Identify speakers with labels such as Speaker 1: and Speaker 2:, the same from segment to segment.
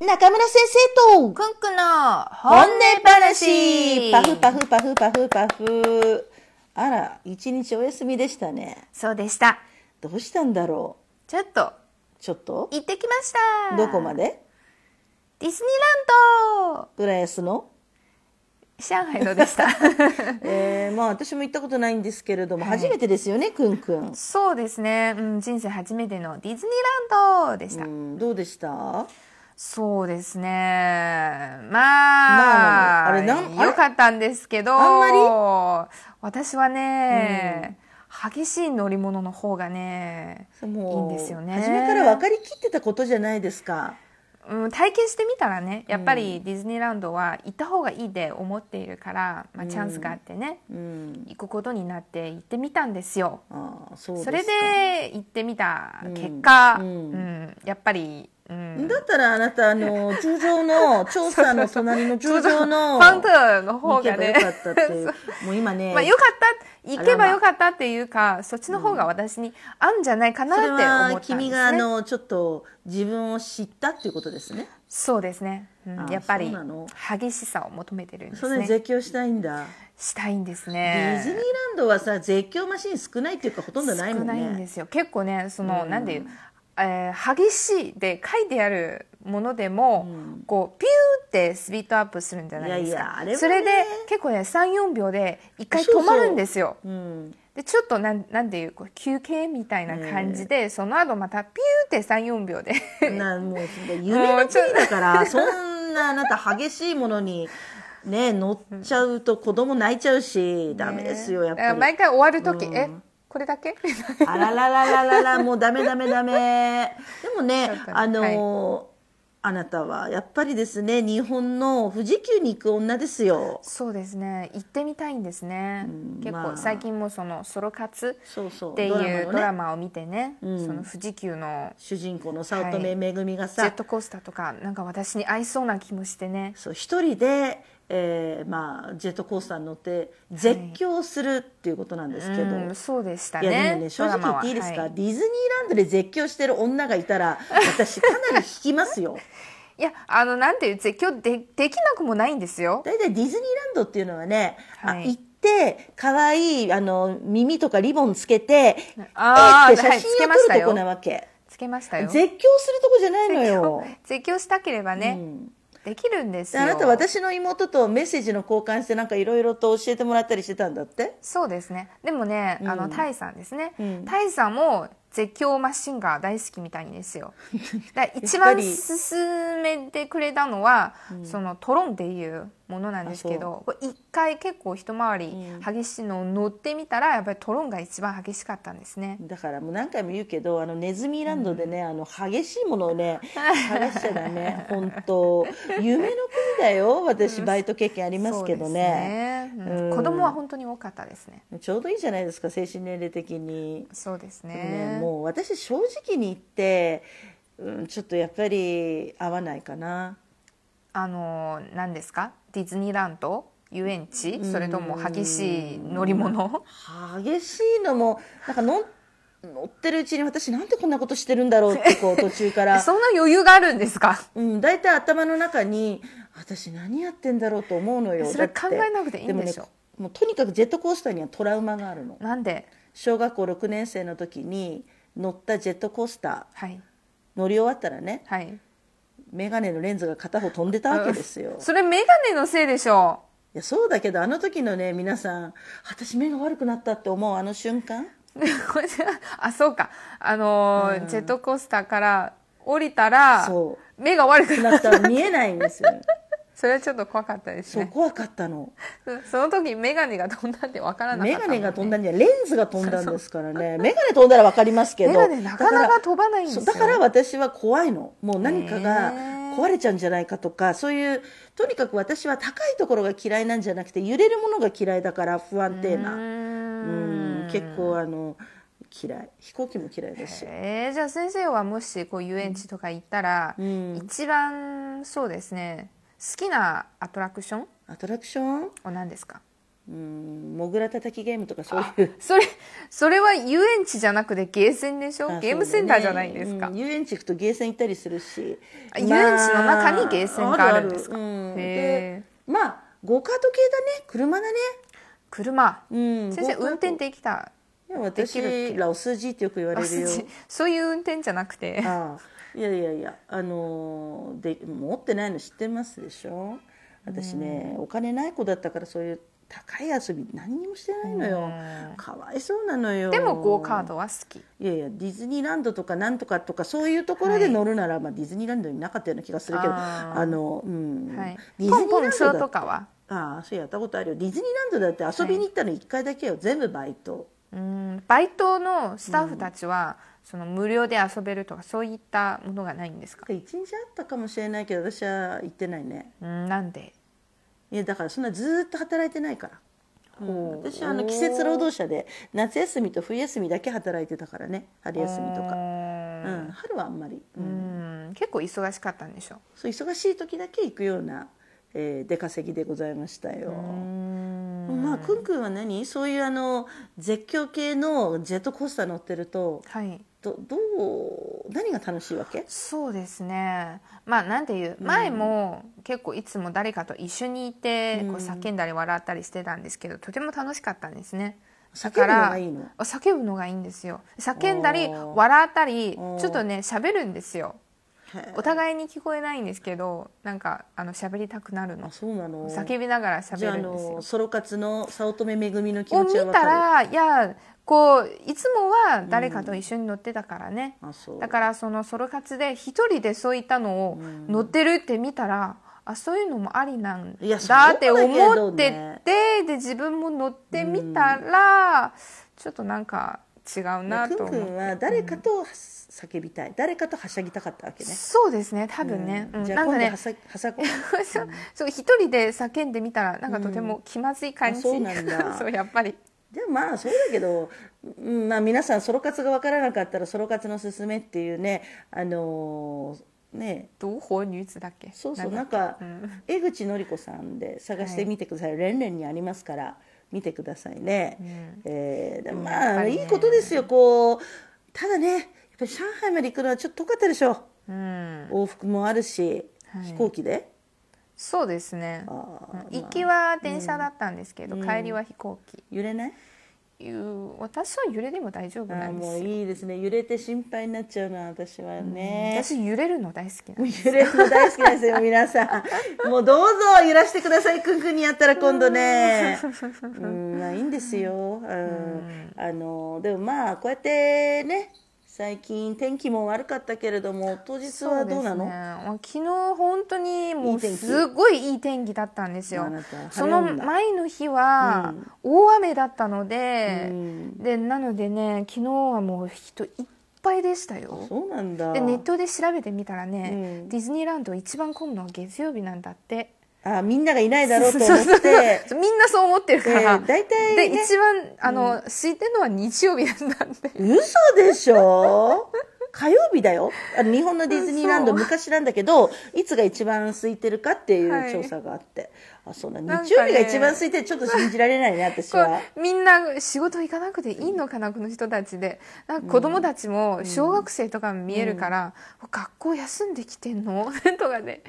Speaker 1: 中村先生と
Speaker 2: くんくの
Speaker 1: 本
Speaker 2: 本
Speaker 1: 音話パフパフパフパフパフあら一日お休みでしたね
Speaker 2: そうでした
Speaker 1: どうしたんだろ
Speaker 2: ちょっと
Speaker 1: うちょっと
Speaker 2: 行ってきました
Speaker 1: どこま
Speaker 2: で
Speaker 1: で
Speaker 2: ディズニーラン
Speaker 1: 浦安の、
Speaker 2: ド上海のでした
Speaker 1: えー、まあ私も行ったことないんですけれども、
Speaker 2: はい
Speaker 1: 初めてですよねくんくん、
Speaker 2: そうですね、うん、人生初めてのディズニーランドでした、
Speaker 1: うん、どうでしたま
Speaker 2: そうですねまあ、
Speaker 1: あれなんあれ
Speaker 2: 良かったんですけど
Speaker 1: あん
Speaker 2: 私はね、激しい乗り物の方がね
Speaker 1: もう
Speaker 2: いいんですよね
Speaker 1: 初めから分かりきってたことじゃないですか
Speaker 2: うん、体験してみたらねやっぱりディズニーランドは行った方がいいって思っているから、まあ、チャンスがあってね、
Speaker 1: うん
Speaker 2: 行くことになって行ってみたんですよ。
Speaker 1: ああそうです
Speaker 2: そ
Speaker 1: か
Speaker 2: れで行ってみた結
Speaker 1: う
Speaker 2: 果、うん
Speaker 1: ん
Speaker 2: やっぱり、うん、
Speaker 1: だったらあなたあの中上の調査の隣の中上の
Speaker 2: ファンタの方
Speaker 1: 行け
Speaker 2: が
Speaker 1: ばよ
Speaker 2: ね
Speaker 1: かったって いうもう今ね、
Speaker 2: まあ、よかった行け
Speaker 1: あらま
Speaker 2: ばよかったっていうかそっちの方が私に合うんじゃないかな
Speaker 1: そ
Speaker 2: っ
Speaker 1: れ
Speaker 2: て思ったん
Speaker 1: は
Speaker 2: ですね。
Speaker 1: 君があのちょっと自分を知ったっていうことですね
Speaker 2: そうですね、うん
Speaker 1: あ
Speaker 2: やっぱり
Speaker 1: そうなの
Speaker 2: 激しさを求めてるんで
Speaker 1: そ
Speaker 2: す
Speaker 1: れで
Speaker 2: ね。
Speaker 1: 絶叫したいんだ、
Speaker 2: したいんです
Speaker 1: ディズニー
Speaker 2: ね。
Speaker 1: ランドはさ絶叫マシン少ないっていうかほとんどないもんね
Speaker 2: 少ないんですよ結構ねその、
Speaker 1: うん
Speaker 2: なんていう、えー激しい」で書いてあるものでも、
Speaker 1: うん
Speaker 2: こうピューってスピードアップするんじゃないですか
Speaker 1: いやいやあれはね
Speaker 2: それで結構ね34秒で一回
Speaker 1: そうそ
Speaker 2: 止
Speaker 1: う
Speaker 2: まるんですよ
Speaker 1: うん
Speaker 2: でちょっとなんなんていうこう休憩みたいな感じで、その後またピューって34秒で
Speaker 1: な もう夢の国だからそんなあなた激しいものにね乗っちゃうと子供泣いちゃうし、ダメですよやっぱ
Speaker 2: だから
Speaker 1: り
Speaker 2: 毎回終わる時、
Speaker 1: うん
Speaker 2: えこれだけ
Speaker 1: あららららららもうダメダメダメ。でもね
Speaker 2: ちょっとね
Speaker 1: あのーあなたはやっぱりですね日本の富士急に行く女ですよ。
Speaker 2: そうですね行ってみたいんですね、
Speaker 1: うん
Speaker 2: 結構、
Speaker 1: まあ
Speaker 2: 最近もそのソロ活
Speaker 1: そうそう
Speaker 2: っていう
Speaker 1: の
Speaker 2: ド
Speaker 1: ね
Speaker 2: ラマを見てね、
Speaker 1: うん
Speaker 2: その富士急の
Speaker 1: 主人公の早乙女めぐみが
Speaker 2: ジ
Speaker 1: さ、
Speaker 2: ェットコースターとかなんか私に合いそうな気もしてね
Speaker 1: そう一人で、えーまあ、ジェットコースターに乗って絶叫するっていうことなんですけど。
Speaker 2: うん、そうでした
Speaker 1: いやで
Speaker 2: ね
Speaker 1: もね正直
Speaker 2: ドラ
Speaker 1: 言っ
Speaker 2: マは
Speaker 1: ていいですか、
Speaker 2: はい
Speaker 1: ディズニーランドで絶叫してる女がいたら私かなり引きますよ
Speaker 2: いやあのなんていう絶叫でできなくもないんですよ
Speaker 1: 大体ディズニーランドっていうのはね、
Speaker 2: は
Speaker 1: あ
Speaker 2: い
Speaker 1: 行って可愛いあの耳とかリボンつけて
Speaker 2: あー
Speaker 1: えいって写
Speaker 2: はいつ
Speaker 1: 真
Speaker 2: け
Speaker 1: を
Speaker 2: まし
Speaker 1: 撮
Speaker 2: た
Speaker 1: る
Speaker 2: よ
Speaker 1: とこなわけ
Speaker 2: つけました
Speaker 1: 絶
Speaker 2: よ
Speaker 1: 叫するとこじゃないのよ、
Speaker 2: 絶叫したければね、
Speaker 1: うん
Speaker 2: できるんです
Speaker 1: で
Speaker 2: よ
Speaker 1: あなた私の妹とメッセージの交換してなんかいろいろと教えてもらったりしてたんだって
Speaker 2: そうですねでもね、あ
Speaker 1: うん
Speaker 2: のタイさんですね、
Speaker 1: うん
Speaker 2: タイさんも絶叫マシンが大好きみたいです よだから一
Speaker 1: やっ
Speaker 2: 番
Speaker 1: ぱり
Speaker 2: 勧めてくれたのは、そのトロンっていうものなんですけどこれ一回結構一回り激しいのを乗ってみたらやっぱりトロンが一番激しかったんですね
Speaker 1: だからもう何回も言うけどあのネズミランドでね、あの激しいものを ね探しちゃダメ本当夢の国だよ私バイト経験ありますけどね,、
Speaker 2: そうですねうん
Speaker 1: うん
Speaker 2: 子供は本当に多かったですね
Speaker 1: ちょうどいいじゃないですか精神年齢的に、
Speaker 2: そうですね
Speaker 1: ねもう私正直に言って、うん、ちょっとやっぱり合わないかな
Speaker 2: あの何ですかディズニーランド遊園地それとも激しい乗り物
Speaker 1: 激しいのもなんかの乗ってるうちに私なんでこんなことしてるんだろうってこう途中か ら
Speaker 2: そんな余裕があるんで すか
Speaker 1: うん、大体頭の中に私何やってんだろうと思うのよ
Speaker 2: そ
Speaker 1: だ
Speaker 2: れ
Speaker 1: って
Speaker 2: 考えなくていいんでしょ
Speaker 1: も,、ね、もうとにかくジェットコースターにはトラウマがあるの
Speaker 2: なんで
Speaker 1: 小学校6年生の時に乗ったジェットコースター
Speaker 2: はい
Speaker 1: 乗り終わったらね
Speaker 2: はい
Speaker 1: 眼鏡のレンズが片方飛んでたわけですよ
Speaker 2: それメガネのせいでしょ
Speaker 1: いやそうだけどあの時のね皆さん私目が悪くなったって思うあの瞬間
Speaker 2: う これあそうかあのー、ジェットコースターから降りたら
Speaker 1: そ
Speaker 2: 目が悪く
Speaker 1: うな
Speaker 2: なる
Speaker 1: ったら見えないんですよ
Speaker 2: それはちょっと怖かったです
Speaker 1: そう
Speaker 2: ね
Speaker 1: 怖かったの
Speaker 2: その時メガネが飛んだってわからなかっ
Speaker 1: 眼
Speaker 2: たもん
Speaker 1: 鏡が飛んだんじゃないレンズが飛んだんですからね眼鏡飛んだら分かりますけど
Speaker 2: メガネなかなか飛ばないんです
Speaker 1: そ
Speaker 2: よ
Speaker 1: うだから私は怖いのもう何かが
Speaker 2: へー
Speaker 1: 壊れちゃうんじゃないかとかそういうとにかく私は高いところが嫌いなんじゃなくて揺れるものが嫌いだから不安定
Speaker 2: う
Speaker 1: なう
Speaker 2: ーん
Speaker 1: ん結構あの嫌い飛行機も嫌いだし
Speaker 2: えー、じゃあ先生はもしこう遊園地とか行ったら、
Speaker 1: うん
Speaker 2: 一番そうですね好きなアトラクション
Speaker 1: アトラクション
Speaker 2: は何ですか
Speaker 1: うんモグラ叩きゲームとかそういう
Speaker 2: それそれは遊園地じゃなくてゲーセンでしょゲームセンターじゃないですか、
Speaker 1: うん遊園地行くとゲーセン行ったりするし
Speaker 2: あ遊園地の中にゲーセンがあるんですか
Speaker 1: あるあるうん
Speaker 2: へ
Speaker 1: でまあゴカート系だね車だね
Speaker 2: 車
Speaker 1: うん
Speaker 2: 先生
Speaker 1: ゴカート
Speaker 2: 運転できた
Speaker 1: いや私ラオスジってよく言われるよ
Speaker 2: そういう運転じゃなくて
Speaker 1: ああいやいやいやあのーで持ってないの知ってますでしょ私ね、お金ない子だったからそういう高い遊び何にもしてないのよ、
Speaker 2: う
Speaker 1: かわいそうなのよ
Speaker 2: でもゴーカードは好き
Speaker 1: いやいやディズニーランドとかなんとかとかそういうところで乗るなら、まあ、ディズニーランドになかったような気がするけど
Speaker 2: あ
Speaker 1: あ
Speaker 2: ー
Speaker 1: の、うん
Speaker 2: はい
Speaker 1: ディズ
Speaker 2: ポ
Speaker 1: ニ
Speaker 2: ン
Speaker 1: ー
Speaker 2: ポ
Speaker 1: ラ
Speaker 2: ン
Speaker 1: ン
Speaker 2: ツア
Speaker 1: ドだ
Speaker 2: ーと
Speaker 1: っ
Speaker 2: かは
Speaker 1: ああそうやったことあるよディズニーランドだって遊びに行ったの1回だけよ、全部バイト
Speaker 2: うんバイトのスタッフたちは、その無料で遊べるとかそういったものがないんですか
Speaker 1: 1日あったかもしれないけど私は行ってないね
Speaker 2: うんなんで
Speaker 1: いやだからそんなずーっと働いてないから、うん
Speaker 2: ほう
Speaker 1: 私はあの季節労働者で夏休みと冬休みだけ働いてたからね春休みと
Speaker 2: う
Speaker 1: か、うん
Speaker 2: ん
Speaker 1: 春はあんまり、う
Speaker 2: うんん結構忙しかったんでしょ
Speaker 1: そう忙しい時だけ行くような、えー出稼ぎでございましたよ、
Speaker 2: うん
Speaker 1: まあくんくんは何そういうあの絶叫系のジェットコースター乗ってると
Speaker 2: はい
Speaker 1: どどう何が楽しいわけ
Speaker 2: そうですねまあなんていう前も結構いつも誰かと一緒にいて、
Speaker 1: うん
Speaker 2: こう叫んだり笑ったりしてたんですけどとても楽しかったんですね
Speaker 1: 叫
Speaker 2: だ
Speaker 1: ぶの
Speaker 2: から
Speaker 1: がいいの
Speaker 2: あ叫ぶのがいいんですよ叫んだり
Speaker 1: おー
Speaker 2: 笑ったりち
Speaker 1: お
Speaker 2: ょ
Speaker 1: ー
Speaker 2: っとね喋るんですよお互いに聞こえないんですけどなんかあの喋りたくなる
Speaker 1: あ
Speaker 2: の
Speaker 1: そうなの
Speaker 2: 叫びながら
Speaker 1: じゃ
Speaker 2: 喋
Speaker 1: ああ
Speaker 2: るんですよ
Speaker 1: のソロ活の早乙女めぐみの気持
Speaker 2: を見
Speaker 1: ちはわか
Speaker 2: た
Speaker 1: る
Speaker 2: らいやこういつもは誰かと一緒に乗ってたからね、
Speaker 1: あそう
Speaker 2: だからそのソロ活で一人でそういったのを
Speaker 1: ん
Speaker 2: 乗ってるって見たら、あそういうのもありなん
Speaker 1: いやそう
Speaker 2: だ
Speaker 1: だ
Speaker 2: っ
Speaker 1: け
Speaker 2: て
Speaker 1: どね
Speaker 2: 思ってて、で自分も乗ってみたら、ちょっとなんか違うな
Speaker 1: く
Speaker 2: と
Speaker 1: んく
Speaker 2: 思
Speaker 1: ん
Speaker 2: う。
Speaker 1: は誰かと叫びたい、誰かとはしゃぎたかったわけね。
Speaker 2: そうですね多分ね、
Speaker 1: う
Speaker 2: うん
Speaker 1: んじゃ
Speaker 2: な
Speaker 1: あ
Speaker 2: ん
Speaker 1: 今
Speaker 2: か
Speaker 1: 度
Speaker 2: ね
Speaker 1: はさ、はさ、
Speaker 2: そうそう一人で叫んでみたらなんかとても気まずい感じ、
Speaker 1: あそうなんだ
Speaker 2: そうやっぱり
Speaker 1: でもまあそうだけど、うんまあ皆さんソロ活がわからなかったらソロ活のすすめっていうね、あのーね、
Speaker 2: 独活女子だっけ
Speaker 1: そうそう
Speaker 2: だ
Speaker 1: なんか、
Speaker 2: うん
Speaker 1: 江口のり子さんで探してみてください。レンレンにありますから見てくださいね。えーでも
Speaker 2: やっ
Speaker 1: まあ、
Speaker 2: ぱりね
Speaker 1: いいことですよ。こうただね、やっぱり上海まで行くのはちょっと遠かったでしょ。
Speaker 2: うん
Speaker 1: 往復もあるし、
Speaker 2: はい
Speaker 1: 飛行機で。
Speaker 2: そうですね
Speaker 1: あー
Speaker 2: うん行きは電車だったんですけど、帰りは飛行機、
Speaker 1: 揺れない
Speaker 2: いう私は揺れでも大丈夫
Speaker 1: あ
Speaker 2: な
Speaker 1: ー
Speaker 2: んです
Speaker 1: もう
Speaker 2: よ、
Speaker 1: いいですね揺れて心配になっちゃうな私はね、
Speaker 2: 私揺れるの大好きなんで
Speaker 1: 揺れるの大好きなんですよ皆さ んもうどうぞ揺らしてくださいくんくんにやったら今度ねうんまあいいんですよ、うん、あのでもまあこうやってね最近天気も悪かったけれども当日
Speaker 2: そ
Speaker 1: は
Speaker 2: う
Speaker 1: ど
Speaker 2: です
Speaker 1: うなの
Speaker 2: ね、昨日本当に
Speaker 1: い
Speaker 2: も
Speaker 1: うい天気
Speaker 2: すごいいい天気だったんですよ
Speaker 1: あなた
Speaker 2: そ
Speaker 1: 晴れ
Speaker 2: の
Speaker 1: 女
Speaker 2: 前の日は大雨だったので、
Speaker 1: うん
Speaker 2: でなのでね昨日はもう人いっぱいでしたよ
Speaker 1: そうなんだ
Speaker 2: でネットで調べてみたらね、
Speaker 1: うん
Speaker 2: ディズニーランド一番混むのは月曜日なんだって
Speaker 1: あみんながいないだろうと思って
Speaker 2: そうそうそうみんなそう思ってるから、
Speaker 1: えー大体ね
Speaker 2: で一番あの、空いてるのは日曜日なんだって
Speaker 1: 嘘でしょ火曜日だよあの日本のディズニーランド
Speaker 2: そう
Speaker 1: 昔なんだけどいつが一番空いてるかって
Speaker 2: はい
Speaker 1: いう調査があって、あそうなん
Speaker 2: なんかね
Speaker 1: 日曜日が一番空いてるちょっと信じられないね私
Speaker 2: こ
Speaker 1: は
Speaker 2: うみんな仕事行かなくていいのかな、この人たちでなんか子供たちも小学生とか見えるから、学校休んできてんの とかね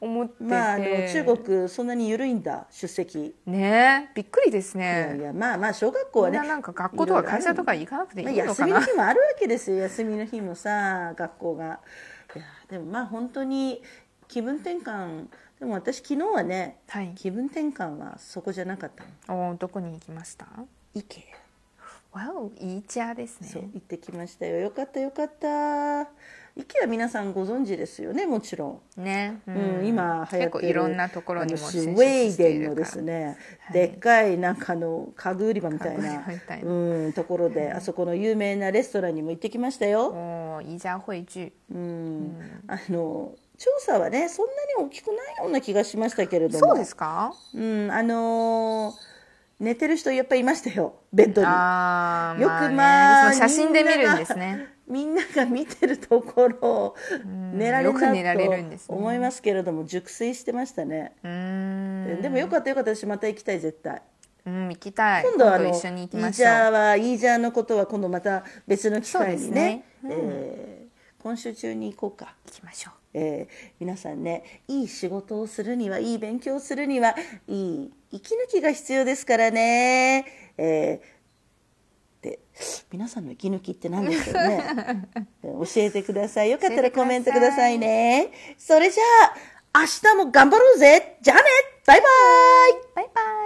Speaker 2: 思ってて、
Speaker 1: まああの中国そんなに緩いんだ出席、
Speaker 2: ねえびっくりです
Speaker 1: いやい
Speaker 2: ね
Speaker 1: やまあまあ小学校は
Speaker 2: みん
Speaker 1: ね
Speaker 2: ななんか学校とか会社とか行かなくていい
Speaker 1: まあ、
Speaker 2: の
Speaker 1: 休
Speaker 2: か
Speaker 1: み
Speaker 2: な、
Speaker 1: の日もあるわけですよ休みの日もさ学校がいやでもまあ本当に気分転換でも私昨日はね
Speaker 2: はい
Speaker 1: 気分転換はそこじゃなかったの
Speaker 2: おどこに行きました
Speaker 1: 池
Speaker 2: わおイーチャーですね
Speaker 1: そう行ってきましたよよかったよかった池は皆さんご存知ですよねもちろん、
Speaker 2: ね、う
Speaker 1: うん今流行
Speaker 2: 結
Speaker 1: って
Speaker 2: 構
Speaker 1: る
Speaker 2: いろんなところにも
Speaker 1: あの
Speaker 2: 進
Speaker 1: スウ
Speaker 2: 出
Speaker 1: ェ
Speaker 2: し
Speaker 1: ー
Speaker 2: て
Speaker 1: デ
Speaker 2: い
Speaker 1: ンの
Speaker 2: るか
Speaker 1: で
Speaker 2: ら
Speaker 1: すね、
Speaker 2: はい
Speaker 1: でっかいなんかあの家具売り場みたい
Speaker 2: 家具
Speaker 1: な
Speaker 2: 売り場みたいな
Speaker 1: うん、ところであそこの有名なレストランにも行ってきましたよ、
Speaker 2: おーイーチャー汇聚
Speaker 1: うんあの調査はねそんなに大きくないような気がしましたけれども
Speaker 2: そうですか
Speaker 1: うん、あのー寝てる人やっぱいましたよベッドに。
Speaker 2: あー
Speaker 1: よ
Speaker 2: まあ
Speaker 1: く
Speaker 2: ね
Speaker 1: まあ、
Speaker 2: その写真で見
Speaker 1: みな
Speaker 2: るん
Speaker 1: が
Speaker 2: ですね。
Speaker 1: みんなが見てるところを寝られ
Speaker 2: よく寝られる
Speaker 1: る
Speaker 2: ん
Speaker 1: な
Speaker 2: です
Speaker 1: と
Speaker 2: ね
Speaker 1: 思いますけれども、熟睡してましたね、
Speaker 2: うーん
Speaker 1: でもよかったよかった私また行きたい絶対
Speaker 2: うん、行きたい。
Speaker 1: 今度はあの
Speaker 2: 今
Speaker 1: イ
Speaker 2: 度一緒に行きま
Speaker 1: ー
Speaker 2: し
Speaker 1: ジ
Speaker 2: ょ
Speaker 1: ャー
Speaker 2: う。
Speaker 1: はイージャーのことは今度また別の機会にね
Speaker 2: そうですねうん
Speaker 1: えー今週中に行こうか、
Speaker 2: 行きましょう。
Speaker 1: えー皆さんねいい仕事をするにはいい勉強をするにはいい息抜きが必要ですからね、えーで皆さんの息抜きって何でしょう ね教えてくださいよかったらコメントくださいねそれじゃあ明日も頑張ろうぜじゃあねバイバイ
Speaker 2: バイバイ。